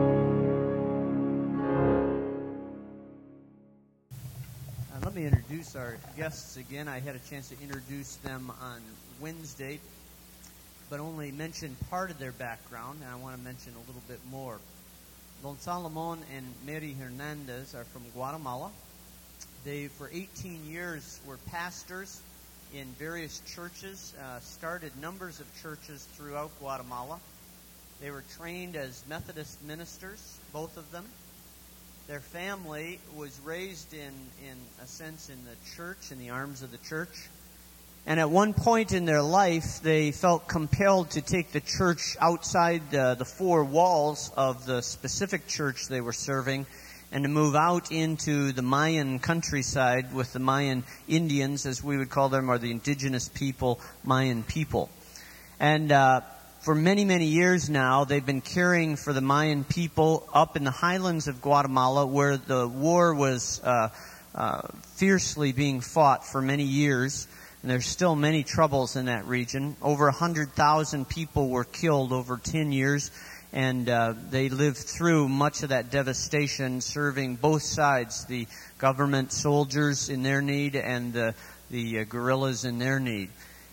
Uh, me introduce our guests again. I had a chance to introduce them on Wednesday, but only mentioned part of their background, and I want to mention a little bit more. Don Salomon and Mary Hernandez are from Guatemala. They, for 18 years, were pastors in various churches, uh, started numbers of churches throughout Guatemala. They were trained as Methodist ministers, both of them. Their family was raised in, in a sense, in the church, in the arms of the church. And at one point in their life, they felt compelled to take the church outside uh, the four walls of the specific church they were serving and to move out into the Mayan countryside with the Mayan Indians, as we would call them, or the indigenous people, Mayan people. And uh, for many, many years now, they've been caring for the Mayan people up in the highlands of Guatemala, where the war was uh, uh, fiercely being fought for many years. And there's still many troubles in that region. Over 100,000 people were killed over 10 years and uh, they lived through much of that devastation, serving both sides: the government soldiers in their need and the the uh, guerrillas in their need.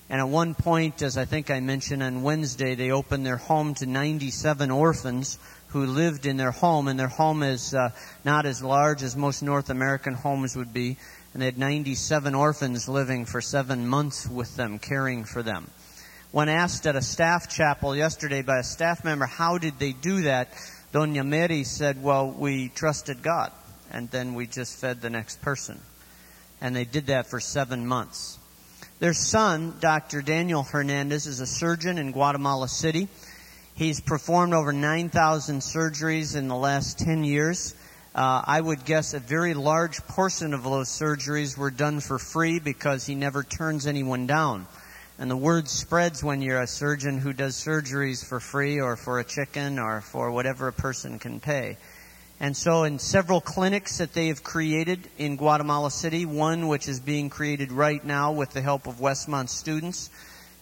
And at one point, as I think I mentioned on Wednesday, they opened their home to 97 orphans who lived in their home, and their home is uh, not as large as most North American homes would be. And they had 97 orphans living for seven months with them, caring for them when asked at a staff chapel yesterday by a staff member, how did they do that? Doña Mary said, well, we trusted God, and then we just fed the next person. And they did that for seven months. Their son, Dr. Daniel Hernandez, is a surgeon in Guatemala City. He's performed over 9,000 surgeries in the last 10 years. Uh, I would guess a very large portion of those surgeries were done for free because he never turns anyone down and the word spreads when you're a surgeon who does surgeries for free or for a chicken or for whatever a person can pay. And so in several clinics that they have created in Guatemala City, one which is being created right now with the help of Westmont students,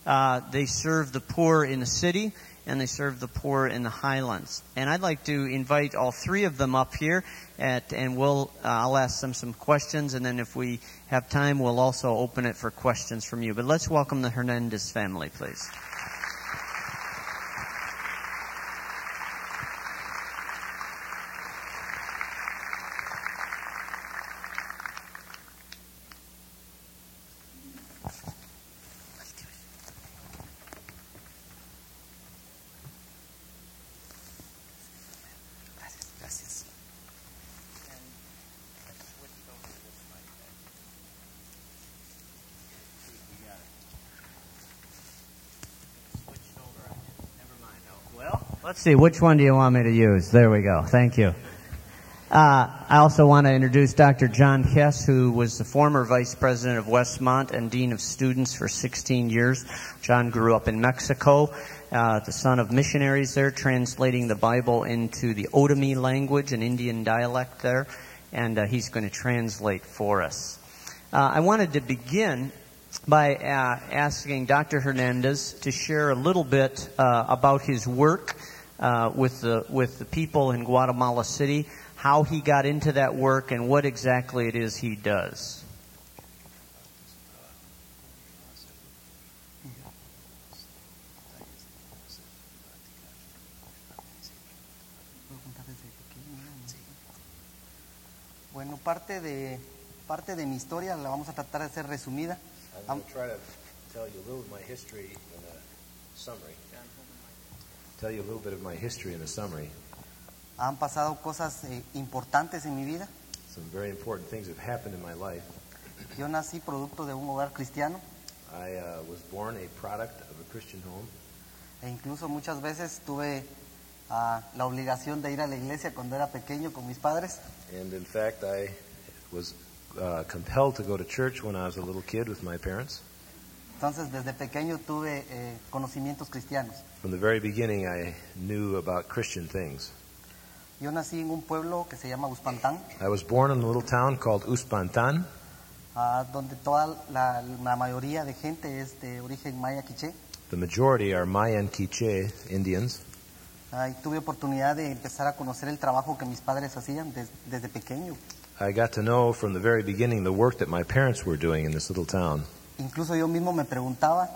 uh, they serve the poor in the city and they serve the poor in the highlands. And I'd like to invite all three of them up here, at, and we'll uh, I'll ask them some questions, and then if we have time, we'll also open it for questions from you. But let's welcome the Hernandez family, please. Let's see, which one do you want me to use? There we go. Thank you. Uh, I also want to introduce Dr. John Hess, who was the former vice president of Westmont and dean of students for 16 years. John grew up in Mexico, uh, the son of missionaries there, translating the Bible into the Otomi language, an Indian dialect there, and uh, he's going to translate for us. Uh, I wanted to begin by uh, asking Dr. Hernandez to share a little bit uh, about his work. Uh, with the with the people in Guatemala City, how he got into that work, and what exactly it is he does. Bueno, parte de parte de mi historia la vamos a tratar de hacer resumida. I'm going to try to tell you a little of my history in a summary. tell you a little bit of my history in a summary. Han pasado cosas eh, importantes en mi vida. Some very important things have happened in my life. Yo nací producto de un hogar cristiano. I uh, was born a product of a Christian home. E incluso muchas veces tuve uh, la obligación de ir a la iglesia cuando era pequeño con mis padres. And in fact, I was uh, compelled to go to church when I was a little kid with my parents. Entonces, desde pequeño tuve eh, conocimientos cristianos. From the very beginning, I knew about Christian things. Yo nací en un pueblo que se llama Uspantán, I was born in a little town called Uspantan, ah, donde toda la, la mayoría de gente es de origen maya quiché. The majority are Mayan Quiche Indians. Ah, y tuve oportunidad de empezar a conocer el trabajo que mis padres hacían des- desde pequeño. I got to know from the very beginning the work that my parents were doing in this little town. Incluso yo mismo me preguntaba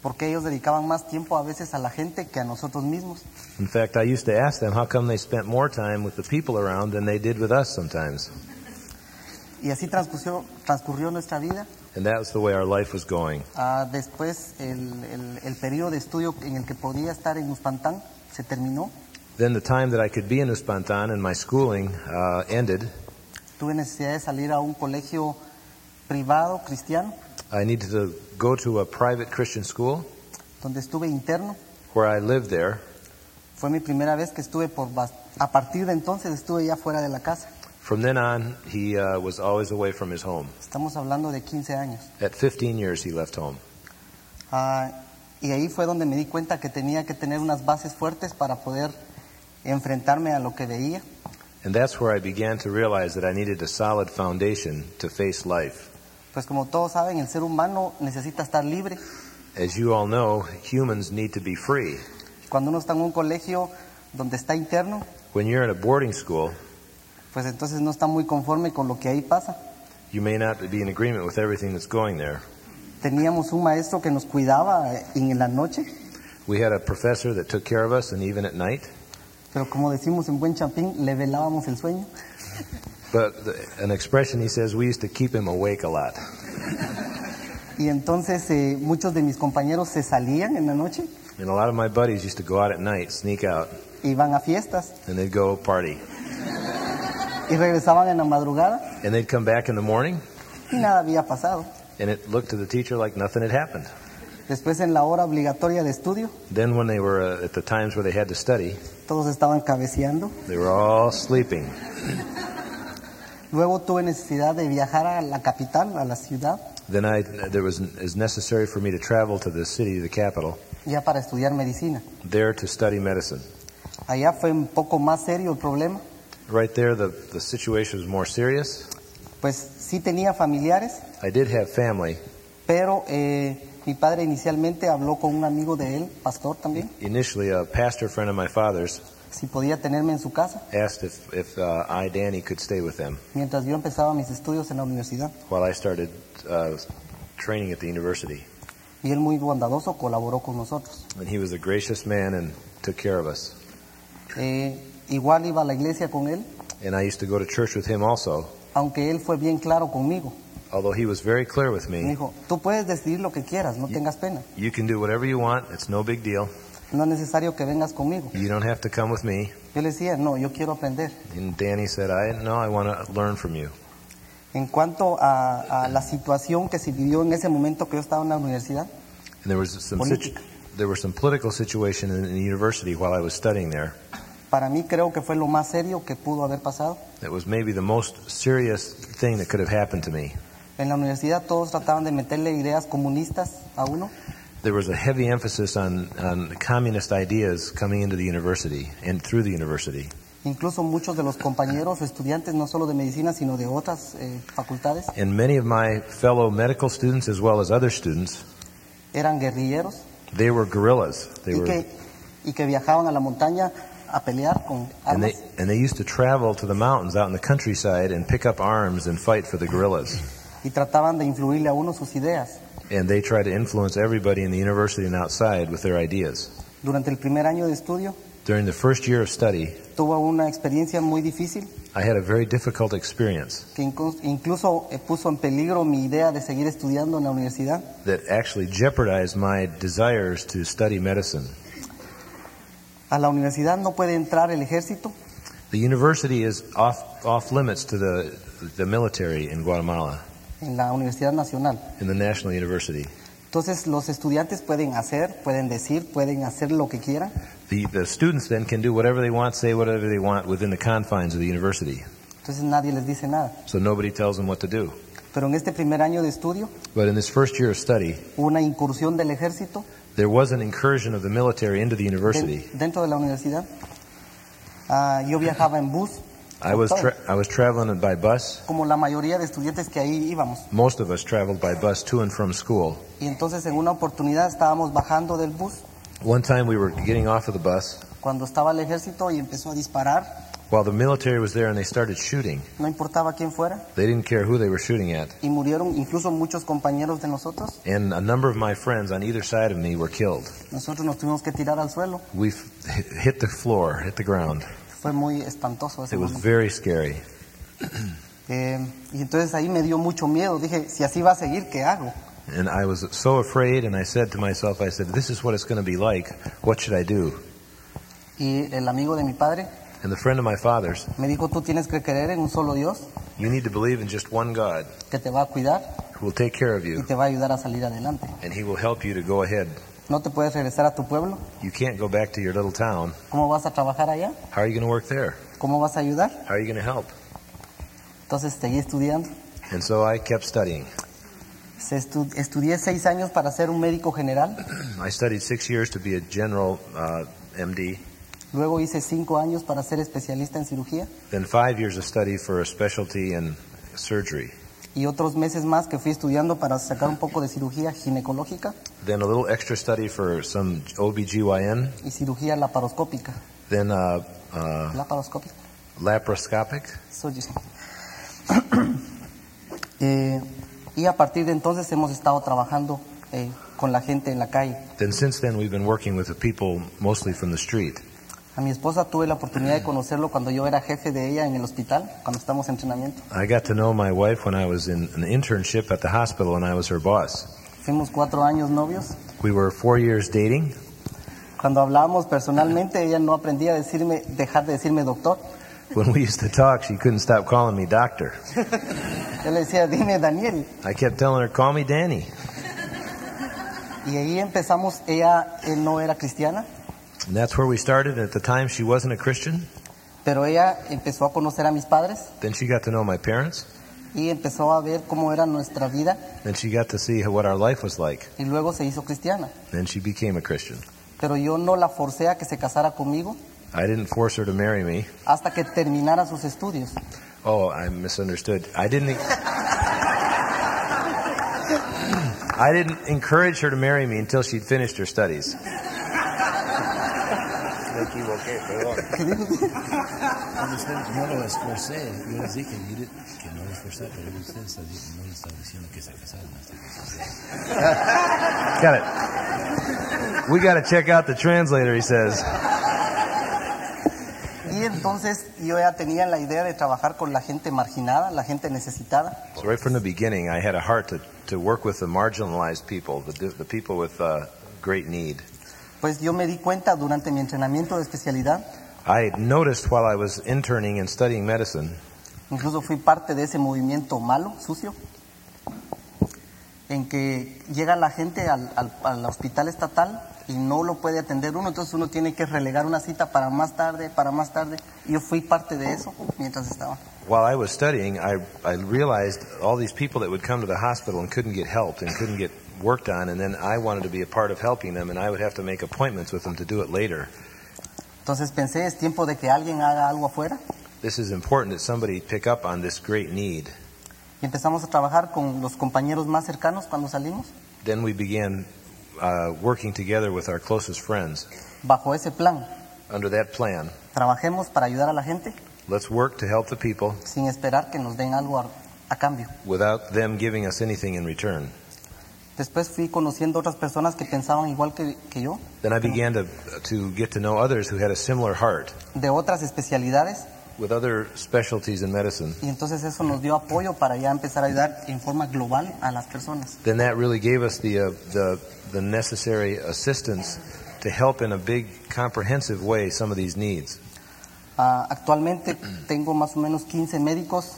por qué ellos dedicaban más tiempo a veces a la gente que a nosotros mismos. In fact, I used to ask them how come they spent more time with the people around than they did with us sometimes. Y así transcurrió, transcurrió nuestra vida. And that was the way our life was going. Ah, después el, el- el periodo de estudio en el que podía estar en Uspantán se terminó. Then the time that I could be in Uspantan and my schooling uh, ended. Tuve necesidad de salir a un colegio privado cristiano I needed to go to a private Christian school donde estuve interno. where I lived there. Fue mi primera vez que estuve por... bas- A partir de entonces estuve ya fuera de la casa. From then on, he uh, was always away from his home. Estamos hablando de 15 años. At 15 years, he left home. Ah, y ahí fue donde me di cuenta que tenía que tener unas bases fuertes para poder enfrentarme a lo que veía. And that's where I began to realize that I needed a solid foundation to face life. Pues como todos saben, el ser humano necesita estar libre. As you all know, humans need to be free. Cuando uno está en un colegio donde está interno, When you're in a boarding school, pues entonces no está muy conforme con lo que ahí pasa. you may not be in agreement with everything that's going there. Teníamos un maestro que nos cuidaba eh, en la noche, We had a professor that took care of us, and even at night. pero como decimos en buen champín, le velábamos el sueño. But the, an expression he says, we used to keep him awake a lot. Y entonces eh, muchos de mis compañeros se salían en la noche, And a lot of my buddies used to go out at night, sneak out, iban a fiestas and they'd go party. y regresaban en la madrugada And they'd come back in the morning, y nada había pasado. and it looked to the teacher like nothing had happened. Después en la hora obligatoria de estudio, Then, when they were uh, at the times where they had to study, todos estaban cabeceando. they were all sleeping. Luego tuve necesidad de viajar a la capital, a la ciudad, Then I, there was it was necessary for me to travel to the city, the capital, ya para estudiar medicina. there to study medicine. Allá fue un poco más serio el problema, Right there, the, the situation was more serious. pues sí tenía familiares, I did have family. pero eh, mi padre inicialmente habló con un amigo de él, pastor también, Initially, a pastor friend of my father's si podía tenerme en su casa asked if, if uh, I, Danny, could stay with them mientras yo empezaba mis estudios en la universidad. while I started uh, training at the university. Y él muy bondadoso colaboró con nosotros. And he was a gracious man and took care of us. Eh, igual iba a la iglesia con él, And I used to go to church with him also, aunque él fue bien claro conmigo. although he was very clear with Me me. dijo, tú puedes decidir lo que quieras, no tengas pena. You can do whatever you want. It's no big deal. No es necesario que vengas conmigo. You don't have to come with me. Yo le decía, no, yo quiero aprender. And Danny said, I no, I want to learn from you. En cuanto a, a la situación que se vivió en ese momento que yo estaba en la universidad, And there was some situ- Politica. there were some political situation in, in the university while I was studying there. para mí creo que fue lo más serio que pudo haber pasado. That was maybe the most serious thing that could have happened to me. En la universidad todos trataban de meterle ideas comunistas a uno There was a heavy emphasis on, on communist ideas coming into the university and through the university. Incluso muchos de los compañeros o estudiantes, no solo de medicina, sino de otras eh, facultades, And many of my fellow medical students, as well as other students, eran guerrilleros they were guerrillas. They y were, que, y que viajaban a la montaña a pelear con and armas. they and they used to travel to the mountains out in the countryside and pick up arms and fight for the guerrillas. y trataban de influirle a uno sus ideas. And they try to influence everybody in the university and outside with their ideas. Durante el primer año de estudio During the first year of study, tuvo una experiencia muy difícil I had a very difficult experience que inclu- incluso eh, puso en peligro mi idea de seguir estudiando en la universidad. that actually jeopardized my desires to study medicine. A la universidad no puede entrar el ejército The university is off, off limits to the, the military in Guatemala, en la Universidad Nacional. in the National University. Entonces los estudiantes pueden hacer, pueden decir, pueden hacer lo que quieran. The, the students then can do whatever they want, say whatever they want within the confines of the university. Entonces nadie les dice nada. So nobody tells them what to do. Pero en este primer año de estudio But in this first year of study, hubo una incursión del ejército there was an incursion of the military into the university. den- dentro de la universidad. Ah, yo viajaba en bus, I was tra- I was traveling by bus. como la mayoría de estudiantes que ahí íbamos. Most of us traveled by bus to and from school. Y entonces en una oportunidad estábamos bajando del bus One time we were getting off of the bus cuando estaba el ejército y empezó a disparar While the military was there and they started shooting, no importaba quién fuera, they didn't care who they were shooting at. y murieron incluso muchos compañeros de nosotros. And a number of my friends on either side of me were killed. Nosotros nos tuvimos que tirar al suelo. We f- hit the floor, hit the ground. Fue muy espantoso ese It was momento. very scary. Eh, y entonces ahí me dio mucho miedo. Dije, si así va a seguir, ¿qué hago? And I was so afraid, and I said to myself, I said, this is what it's going to be like. What should I do? Y el amigo de mi padre And the friend of my father's, me dijo, tú tienes que creer en un solo Dios you need to believe in just one God que te va a cuidar who will take care of y you, te va a ayudar a salir adelante. and he will help you to go ahead. No te puedes regresar a tu pueblo. You can't go back to your little town. ¿Cómo vas a trabajar allá? How are you going to work there? ¿Cómo vas a ayudar? How are you going to help? Entonces seguí estudiando. And so I kept studying. Se estu- estudié seis años para ser un médico general. I studied six years to be a general uh, MD, Luego hice cinco años para ser especialista en cirugía. then five years of study for a specialty in surgery, Y otros meses más que fui estudiando para sacar un poco de cirugía ginecológica then a little extra study for some OBGYN, y cirugía laparoscópica. then uh, uh, Laparoscópica. laparoscopic. Soy yo. Eh, y a partir de entonces hemos estado trabajando eh, con la gente en la calle. Then since then, we've been working with the people mostly from the street. A mi esposa tuve la oportunidad de conocerlo cuando yo era jefe de ella en el hospital, cuando estábamos en entrenamiento. I got to know my wife when I was in an internship at the hospital and I was her boss. Fuimos cuatro años novios. We were four years dating. Cuando hablábamos personalmente, ella no aprendía a decirme, dejar de decirme doctor. When we used to talk, she couldn't stop calling me doctor. Yo le decía, dime Daniel. I kept telling her, call me Danny. Y ahí empezamos, ella eh, no era cristiana, And that's where we started. At the time, she wasn't a Christian. pero ella empezó a conocer a mis padres Then she got to know my parents. y empezó a ver cómo era nuestra vida Then she got to see what our life was like. y luego se hizo cristiana. Then she became a Christian. Pero yo no la forcé a que se casara conmigo I didn't force her to marry me. hasta que terminara sus estudios. Oh, I misunderstood. I didn't. I didn't encourage her to marry me until she'd finished her studies. No lo esforcé, yo les dije yo le- que no lo esforzara, pero ustedes están di- no les estaba diciendo que se casaran hasta que se casaran. Got it. We got to check out the translator. He says. Y entonces yo ya tenía la idea de trabajar con la gente marginada, la gente necesitada. So right from the beginning, I had a heart to, to work with the marginalized people, the the people with uh, great need. Pues yo me di cuenta durante mi entrenamiento de especialidad, I noticed while I was interning and studying medicine incluso fui parte de ese movimiento malo, sucio, en que llega la gente al, al- al hospital estatal y no lo puede atender uno, entonces uno tiene que relegar una cita para más tarde, para más tarde. Yo fui parte de eso mientras estaba. While I was studying, I, I realized all these people that would come to the hospital and couldn't get helped and couldn't get worked on, and then I wanted to be a part of helping them, and I would have to make appointments with them to do it later. Entonces pensé, es tiempo de que alguien haga algo afuera. This is important that somebody pick up on this great need. Y empezamos a trabajar con los compañeros más cercanos cuando salimos, Then we began uh, working together with our closest friends bajo ese plan. under that plan. Trabajemos para ayudar a la gente Let's work to help the people sin esperar que nos den algo a, a cambio. without them giving us anything in return. Después fui conociendo otras personas que pensaban igual que, que yo, Then I began to, to get to know others who had a similar heart de otras especialidades, with other specialties in medicine. y entonces eso nos dio apoyo para ya empezar a ayudar en forma global a las personas. then that really gave us the, uh, the, the necessary assistance to help in a big, comprehensive way some of these needs. Ah, actualmente tengo más o menos 15 médicos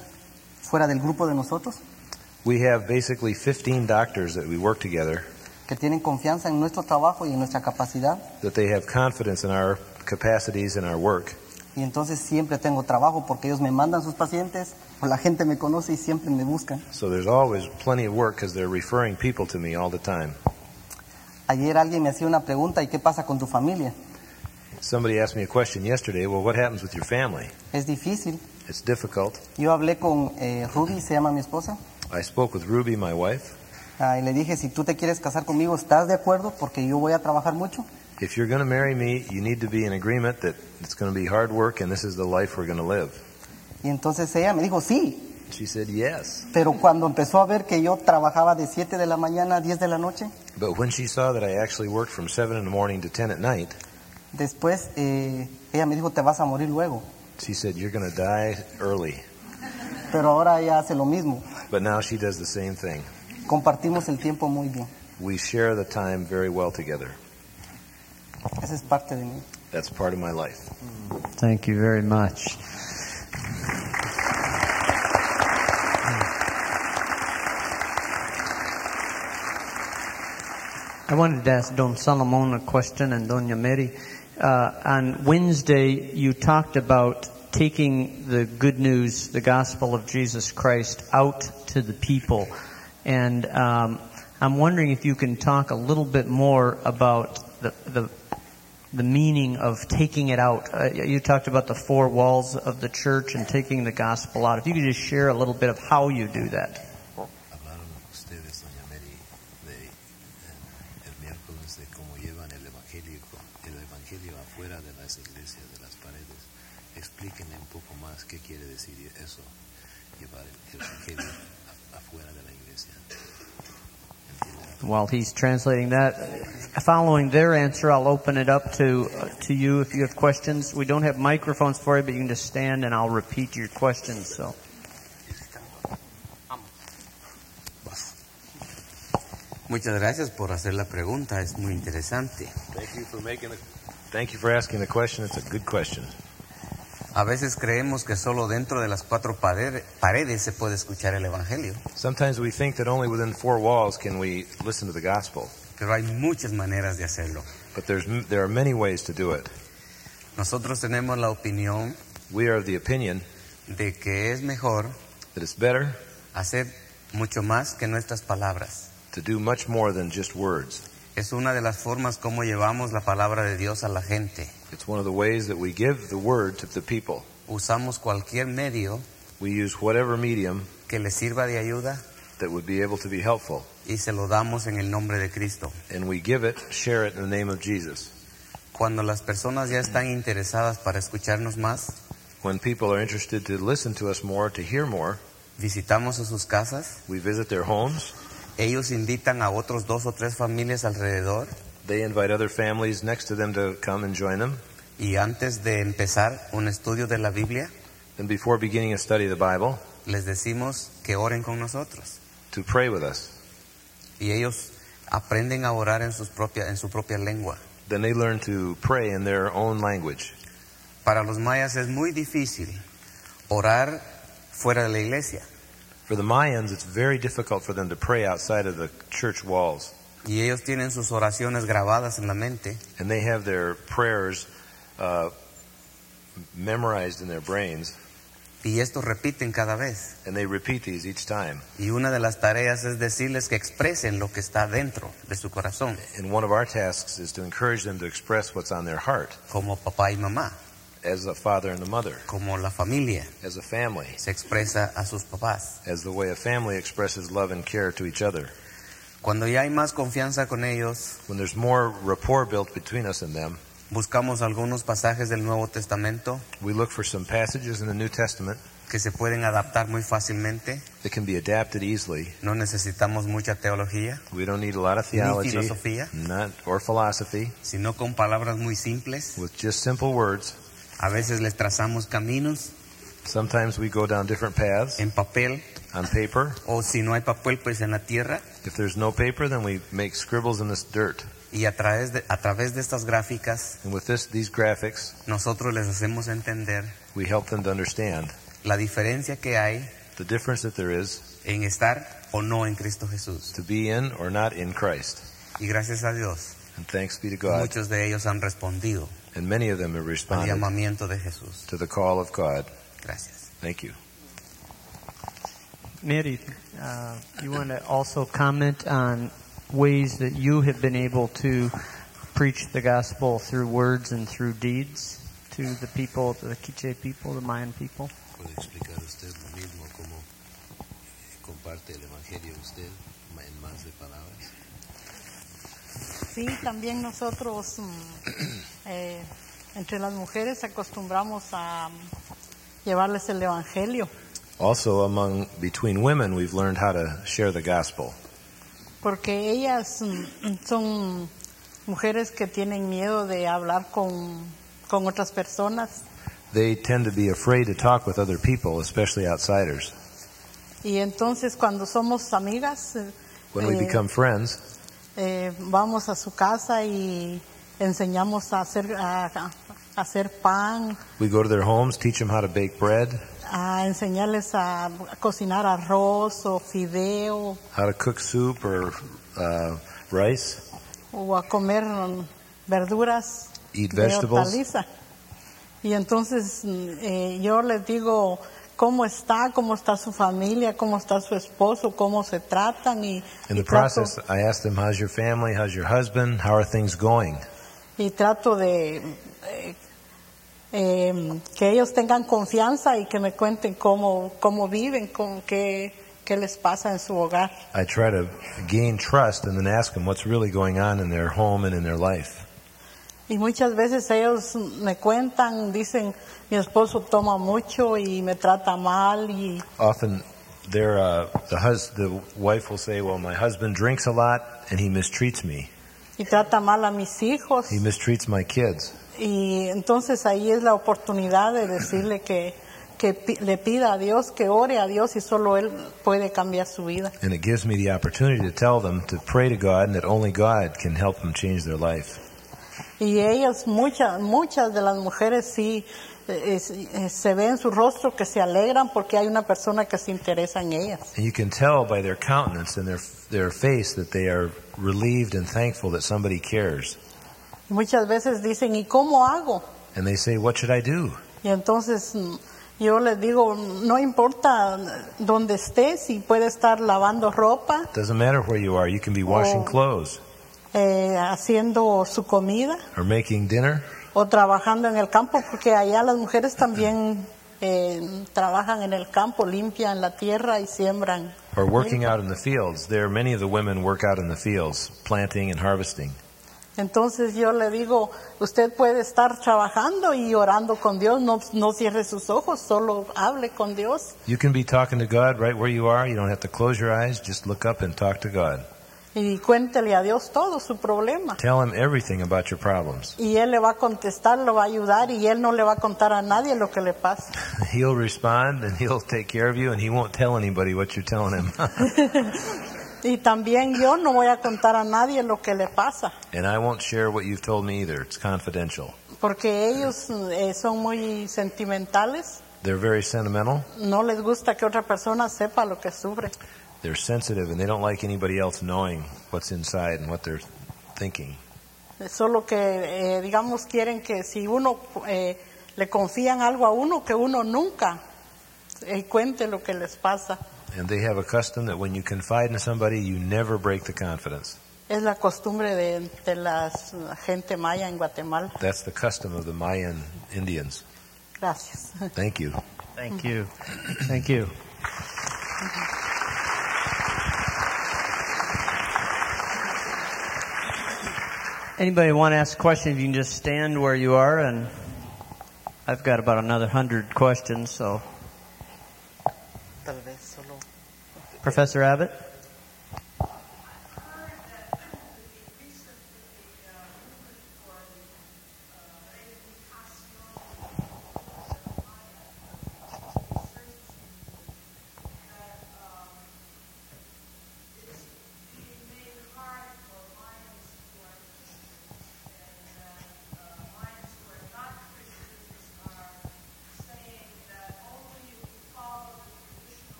fuera del grupo de nosotros We have basically 15 doctors that we work together que tienen confianza en nuestro trabajo y en nuestra capacidad, that they have confidence in our capacities and our work. y entonces siempre tengo trabajo porque ellos me mandan sus pacientes, o la gente me conoce y siempre me buscan. So there's always plenty of work because they're referring people to me all the time. Ayer alguien me hacía una pregunta, ¿y qué pasa con tu familia? Somebody asked me a question yesterday. Well, what happens with your family? Es difícil. It's difficult. Yo hablé con eh, Ruby, se llama mi esposa, I spoke with Ruby, my wife, ah, y le dije, si tú te quieres casar conmigo, ¿estás de acuerdo? Porque yo voy a trabajar mucho. if you're going to marry me, you need to be in agreement that it's going to be hard work and this is the life we're going to live. Y entonces ella me dijo, sí, She said, yes. pero cuando empezó a ver que yo trabajaba de 7 de la mañana a 10 de la noche, But when she saw that I actually worked from 7 in the morning to 10 at night, después eh, ella me dijo, te vas a morir luego. she said, you're going to die early. Pero ahora ella hace lo mismo. But now she does the same thing. Compartimos el tiempo muy bien. We share the time very well together. Esa es parte de mí. That's part of my life. Thank you very much. I wanted to ask Don Salomon a question and Dona Mary. Uh, on Wednesday, you talked about taking the good news, the gospel of Jesus Christ, out to the people. And um, I'm wondering if you can talk a little bit more about the, the the meaning of taking it out. Uh, you talked about the four walls of the church and taking the gospel out. If you could just share a little bit of how you do that. Hablaron ustedes, doña Mary, de, eh, el miércoles de cómo llevan el evangelio, el evangelio afuera de las iglesias, de las paredes. Explíquenle un poco más qué quiere decir eso, llevar el evangelio a- afuera de la iglesia. ¿Entienden? While he's translating that, following their answer, I'll open it up to uh, to you if you have questions. We don't have microphones for you, but you can just stand and I'll repeat your questions. So. Muchas gracias por hacer la pregunta, es muy interesante. Thank you for making the, thank you for asking the question. It's a good question. A veces creemos que solo dentro de las cuatro pader- paredes se puede escuchar el Evangelio, Sometimes we think that only within four walls can we listen to the gospel, pero hay muchas maneras de hacerlo. but there's m- there are many ways to do it. Nosotros tenemos la opinión We are of the opinion de que es mejor that it's better hacer mucho más que nuestras palabras. to do much more than just words. Es una de las formas como llevamos la palabra de Dios a la gente. It's one of the ways that we give the word to the people. Usamos cualquier medio We use whatever medium que les sirva de ayuda that would be able to be helpful, y se lo damos en el nombre de Cristo. and we give it, share it in the name of Jesus. Cuando las personas ya están interesadas para escucharnos más, When people are interested to listen to us more, to hear more, visitamos a sus casas, we visit their homes. ellos invitan a otros dos o tres familias alrededor They invite other families next to them to come and join them. y antes de empezar un estudio de la Biblia, And before beginning a study of the Bible, les decimos que oren con nosotros to pray with us. y ellos aprenden a orar en, sus propia, en su propia lengua. Then they learn to pray in their own language. Para los mayas es muy difícil orar fuera de la iglesia For the Mayans, it's very difficult for them to pray outside of the church walls, y ellos tienen sus oraciones grabadas en la mente and they have their prayers uh, memorized in their brains, y esto repiten cada vez. and they repeat these each time. Y una de las tareas es decirles que expresen lo que está dentro de su corazón, And one of our tasks is to encourage them to express what's on their heart como papá y mamá, as a father and a mother, como la familia as a family, se expresa a sus papás. as the way a family expresses love and care to each other. Cuando ya hay más confianza con ellos, When there's more rapport built between us and them, buscamos algunos pasajes del Nuevo Testamento we look for some passages in the New Testament que se pueden adaptar muy fácilmente. that can be adapted easily. No necesitamos mucha teología We don't need a lot of ni theology, filosofía, not or philosophy. sino con palabras muy simples. With just simple words, A veces les trazamos caminos sometimes we go down different paths en papel on paper. o si no hay papel, pues en la tierra. If there's no paper, then we make scribbles in this dirt. Y a través de, a través de estas gráficas, And with this, these graphics, nosotros les hacemos entender we help them to understand la diferencia que hay the difference that there is en estar o no en Cristo Jesús. to be in or not in Christ. Y gracias a Dios, And thanks be to God. muchos de ellos han respondido And many of them have al responded llamamiento de Jesús. to the call of God. Gracias. Thank you. Mary, uh, you want to also comment on ways that you have been able to preach the gospel through words and through deeds to the people, to the Quiche people, the Mayan people? ¿Puede explicar usted lo mismo, cómo eh, comparte el evangelio usted ma- en más de palabras? Sí, también nosotros mm, eh, entre las mujeres acostumbramos a mm, llevarles el Evangelio, Also, among between women, we've learned how to share the gospel. porque ellas mm, son mujeres que tienen miedo de hablar con, con otras personas They tend to be afraid to talk with other people, especially outsiders. y entonces cuando somos amigas eh, When we Yeah. become friends, eh, vamos a su casa y enseñamos a hacer, a- a- a hacer pan, we go to their homes, teach them how to bake bread, a enseñarles a cocinar arroz o fideo how to cook soup or uh, rice, o a comer mm, verduras eat de vegetables. hortaliza. Y entonces mm, eh, yo les digo cómo está, cómo está su familia, cómo está su esposo, cómo se tratan y, In y the trato, process, I ask them, How's your family? How's your husband? How are things going? y trato de eh, eh, que ellos tengan confianza y que me cuenten cómo, cómo viven, con qué, qué les pasa en su hogar. I try to gain trust and then ask them what's really going on in their home and in their life. Y muchas veces ellos me cuentan, dicen, mi esposo toma mucho y me trata mal y, Often, their, uh, the, hus- the wife will say, Well, my husband drinks a lot and he mistreats me. y trata mal a mis hijos. He mistreats my kids. Y entonces ahí es la oportunidad de decirle que, que pi- le pida a Dios, que ore a Dios y solo Él puede cambiar su vida. And it gives me the opportunity to tell them to pray to God and that only God can help them change their life. Y ellas, muchas, muchas de las mujeres sí eh, es- eh, se ve en su rostro que se alegran porque hay una persona que se interesa en ellas. And you can tell by their countenance and their, their face that they are relieved and thankful that somebody cares. Y Muchas veces dicen, ¿y cómo hago? And they say, What should I do? Y entonces mm, yo les digo, no importa dónde estés, si puede estar lavando ropa, Doesn't matter where you are, you can be washing Oh. clothes eh, haciendo su comida or making dinner o trabajando en el campo, porque allá las mujeres también eh, trabajan en el campo, limpian la tierra y siembran. or working out in the fields. There, many of the women work out in the fields, planting and harvesting. Entonces yo le digo, usted puede estar trabajando y orando con Dios, no, no cierre sus ojos, solo hable con Dios. You can be talking to God right where you are. You don't have to close your eyes. Just look up and talk to God. Y cuéntele a Dios todo su problema. Tell Him everything about your problems. Y él le va a contestar, lo va a ayudar y él no le va a contar a nadie lo que le pasa. He'll respond and He'll take care of you, and He won't tell anybody what you're telling Him. Y también yo no voy a contar a nadie lo que le pasa, and I won't share what you've told me either. It's confidential. porque ellos eh, son muy sentimentales, They're very sentimental. no les gusta que otra persona sepa lo que sufre. They're sensitive, and they don't like anybody else knowing what's inside and what they're thinking. Solo que, eh, digamos, quieren que si uno eh, le confían algo a uno, que uno nunca eh, cuente lo que les pasa. And they have a custom that when you confide in somebody, you never break the confidence. Es la costumbre de, de la gente maya en Guatemala. That's the custom of the Mayan Indians. Gracias. Thank you. Thank you. Thank you. Anybody want to ask a question? If you can just stand where you are, and I've got about another hundred questions. So, Tal vez solo. Professor Abbott.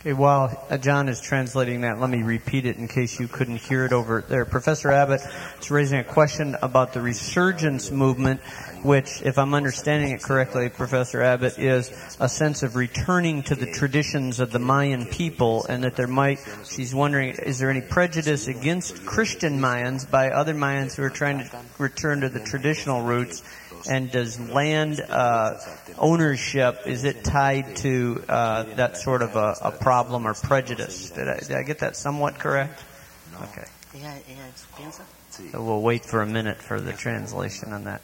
Okay, while uh, John is translating that, let me repeat it in case you couldn't hear it over there. Professor Abbott is raising a question about the resurgence movement, which, if I'm understanding it correctly, Professor Abbott, is a sense of returning to the traditions of the Mayan people, and that there might, she's wondering, is there any prejudice against Christian Mayans by other Mayans who are trying to return to the traditional roots? And does land uh, ownership is it tied to uh, that sort of a, a problem or prejudice? Did I, did I get that somewhat correct? Okay. Ella, ella eso piensa So we'll wait for a minute for the translation on that.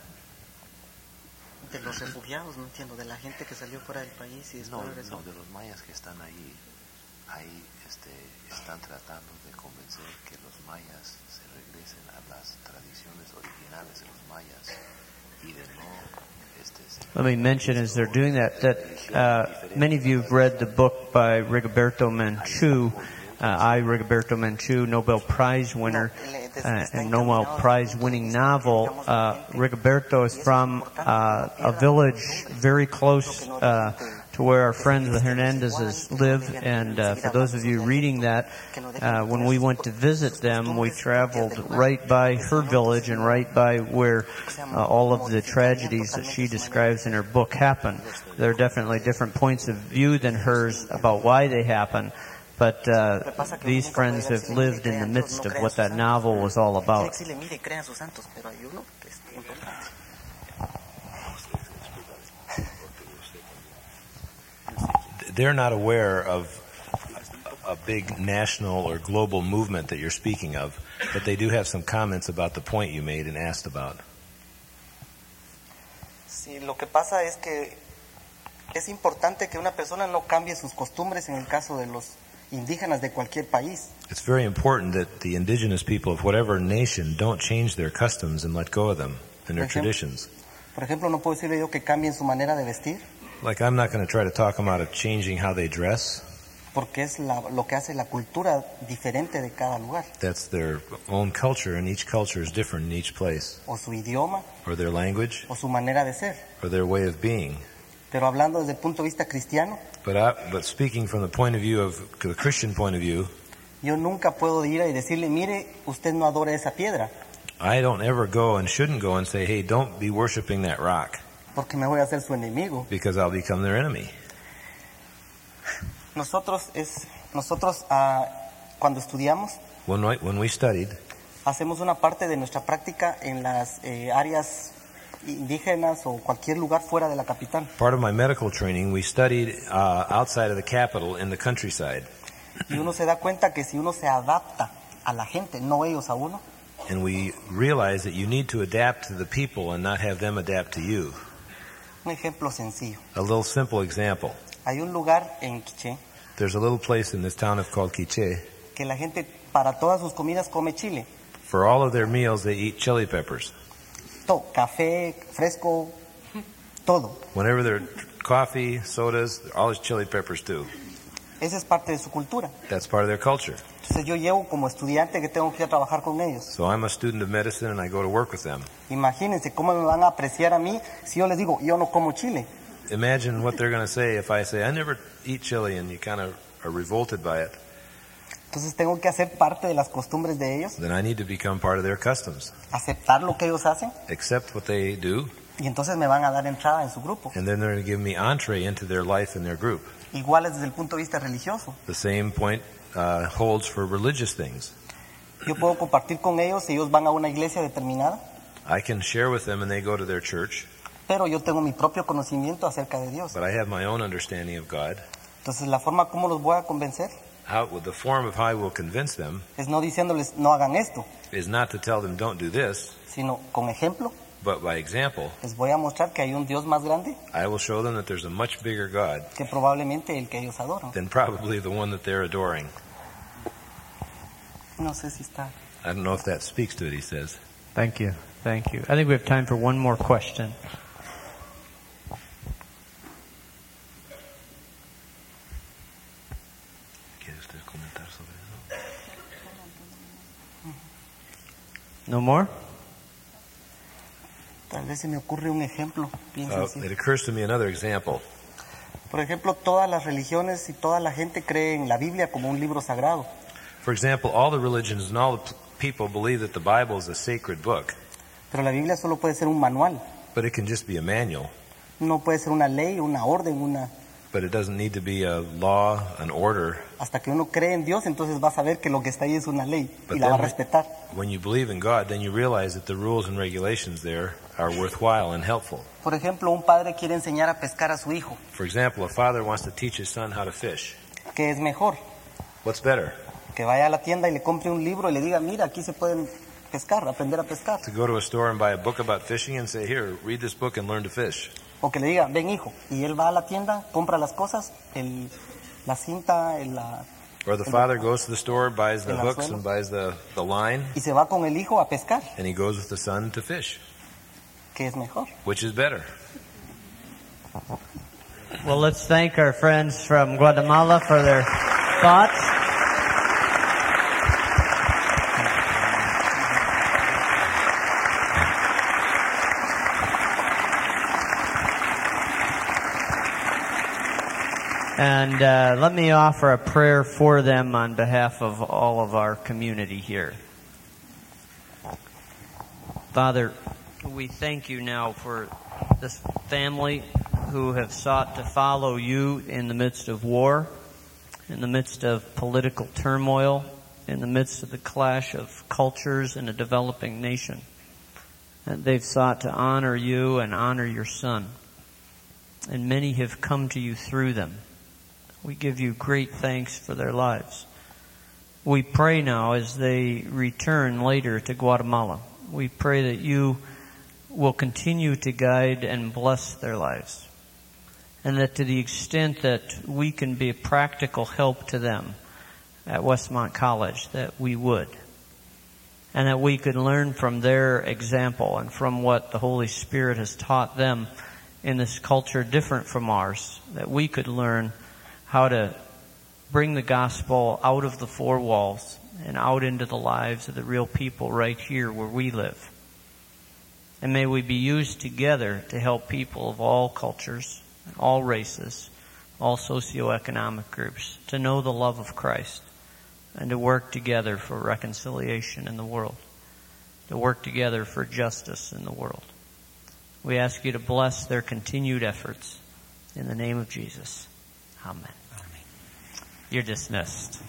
de los refugiados, no entiendo, de la gente que salió fuera del país y No, después regresó. no, de los mayas que están ahí, ahí este, están tratando de convencer que los mayas se regresen a las tradiciones originales de los mayas y de no este, se- Let me mention as they're doing that that uh, many of you have read the book by Rigoberto Menchú. Uh, I, Rigoberto Menchú, Nobel Prize winner uh, and Nobel Prize winning novel. Uh, Rigoberto is from uh, a village very close uh, to where our friends the Hernandezes live. And uh, for those of you reading that, uh, when we went to visit them, we traveled right by her village and right by where uh, all of the tragedies that she describes in her book happen. There are definitely different points of view than hers about why they happen. But uh, these friends have lived in the midst of what that novel was all Quiere about. decirle, mire, crean sus santos, pero hay uno que es importante. They're not aware of a big national or global movement that you're speaking of, but they do have some comments about the point you made and asked about. Sí, lo que pasa es que es importante que una persona no cambie sus costumbres en el caso de los indígenas de cualquier país. It's very important that the indigenous people of whatever nation don't change their customs and let go of them and their Mhm. traditions. Por ejemplo, no puedo decirle yo que cambien su manera de vestir, Like, I'm not going to try to talk them out of changing how they dress. porque es la- lo que hace la cultura diferente de cada lugar, That's their own culture, and each culture is different in each place, o su idioma, or their language, o su manera de ser. or their way of being. Pero hablando desde el punto de vista cristiano, But I, but speaking from the point of view of the Christian point of view, yo nunca puedo ir y decirle, mire, usted no adora esa piedra, I don't ever go and shouldn't go and say, "Hey, don't be worshiping that rock," porque me voy a hacer su enemigo. because I'll become their enemy. Nosotros, es, nosotros ah, cuando estudiamos, When we, when we studied, hacemos una parte de nuestra práctica en las eh, áreas indígenas o cualquier lugar fuera de la capital. part of my medical training, we studied uh, outside of the capital in the countryside, Y uno se da cuenta que si uno se adapta a la gente, no ellos a uno, and we realized that you need to adapt to the people and not have them adapt to you. un ejemplo sencillo. A little simple example. Hay un lugar en Quiché There's a little place in this town of called Quiche. que la gente para todas sus comidas come chile, For all of their meals, they eat chili peppers. todo, café, fresco, todo. Whenever they're coffee, sodas, all is chili peppers too. Esa es parte de su cultura. That's part of their culture. Entonces yo llevo como estudiante que tengo que ir a trabajar con ellos. So I'm a student of medicine and I go to work with them. Imagínense cómo me van a apreciar a mí si yo les digo, yo no como chile. Imagine what they're going to say if I say, I never eat chili, and you kind of are revolted by it. Entonces tengo que hacer parte de las costumbres de ellos, Then I need to become part of their customs, aceptar lo que ellos hacen accept what they do, y entonces me van a dar entrada en su grupo. and then they're going to give me entree into their life and their group. Igual es desde el punto de vista religioso. The same point uh, holds for religious things. Yo puedo compartir con ellos, ellos van a una iglesia determinada, I can share with them and they go to their church, pero yo tengo mi propio conocimiento acerca de Dios. but I have my own understanding of God. Entonces la forma como los voy a convencer How, the form of how I will convince them es no diciéndoles no hagan esto, is not to tell them don't do this, sino con ejemplo but by example, les voy a mostrar que hay un Dios más grande I will show them that there's a much bigger God que probablemente el que ellos adoran. than probably the one that they're adoring. No sé si está. I don't know if that speaks to it, he says. Thank you. Thank you. I think we have time for one more question. No more? Tal vez se me ocurre un ejemplo. Uh, Piensen si- Ah, eh. it occurs to me another example. Por ejemplo, todas las religiones y toda la gente cree en la Biblia como un libro sagrado. For example, all the religions and all the p- people believe that the Bible is a sacred book, Pero la Biblia solo puede ser un manual. but it can just be a manual. No puede ser una ley, una orden, una... But it doesn't need to be a law, an order. Hasta que uno cree en Dios, entonces va a saber que lo que está ahí es una ley y But la va then a we- respetar. When you believe in God, then you realize that the rules and regulations there are worthwhile and helpful. Por ejemplo, un padre quiere enseñar a pescar a su hijo, For example, a father wants to teach his son how to fish. que es mejor What's better? que vaya a la tienda y le compre un libro y le diga, mira, aquí se pueden pescar, aprender a pescar. To go to a store and buy a book about fishing and say, here, read this book and learn to fish. O que le diga, ven hijo, y él va a la tienda, compra las cosas, el, la cinta, el, la- Or the father goes to the store, buys the El hooks anzuelo. and buys the, the line, y se va con el hijo a pescar, and he goes with the son to fish. que es mejor. Which is better? Well, let's thank our friends from Guatemala for their thoughts. And uh, let me offer a prayer for them on behalf of all of our community here. Father, we thank you now for this family who have sought to follow you in the midst of war, in the midst of political turmoil, in the midst of the clash of cultures in a developing nation. And they've sought to honor you and honor your son. And many have come to you through them. We give you great thanks for their lives. We pray now as they return later to Guatemala. We pray that you will continue to guide and bless their lives. And that to the extent that we can be a practical help to them at Westmont College, that we would. And that we could learn from their example and from what the Holy Spirit has taught them in this culture different from ours, that we could learn how to bring the gospel out of the four walls and out into the lives of the real people right here where we live. And may we be used together to help people of all cultures, all races, all socioeconomic groups to know the love of Christ and to work together for reconciliation in the world, to work together for justice in the world. We ask you to bless their continued efforts in the name of Jesus. Amen. You're dismissed.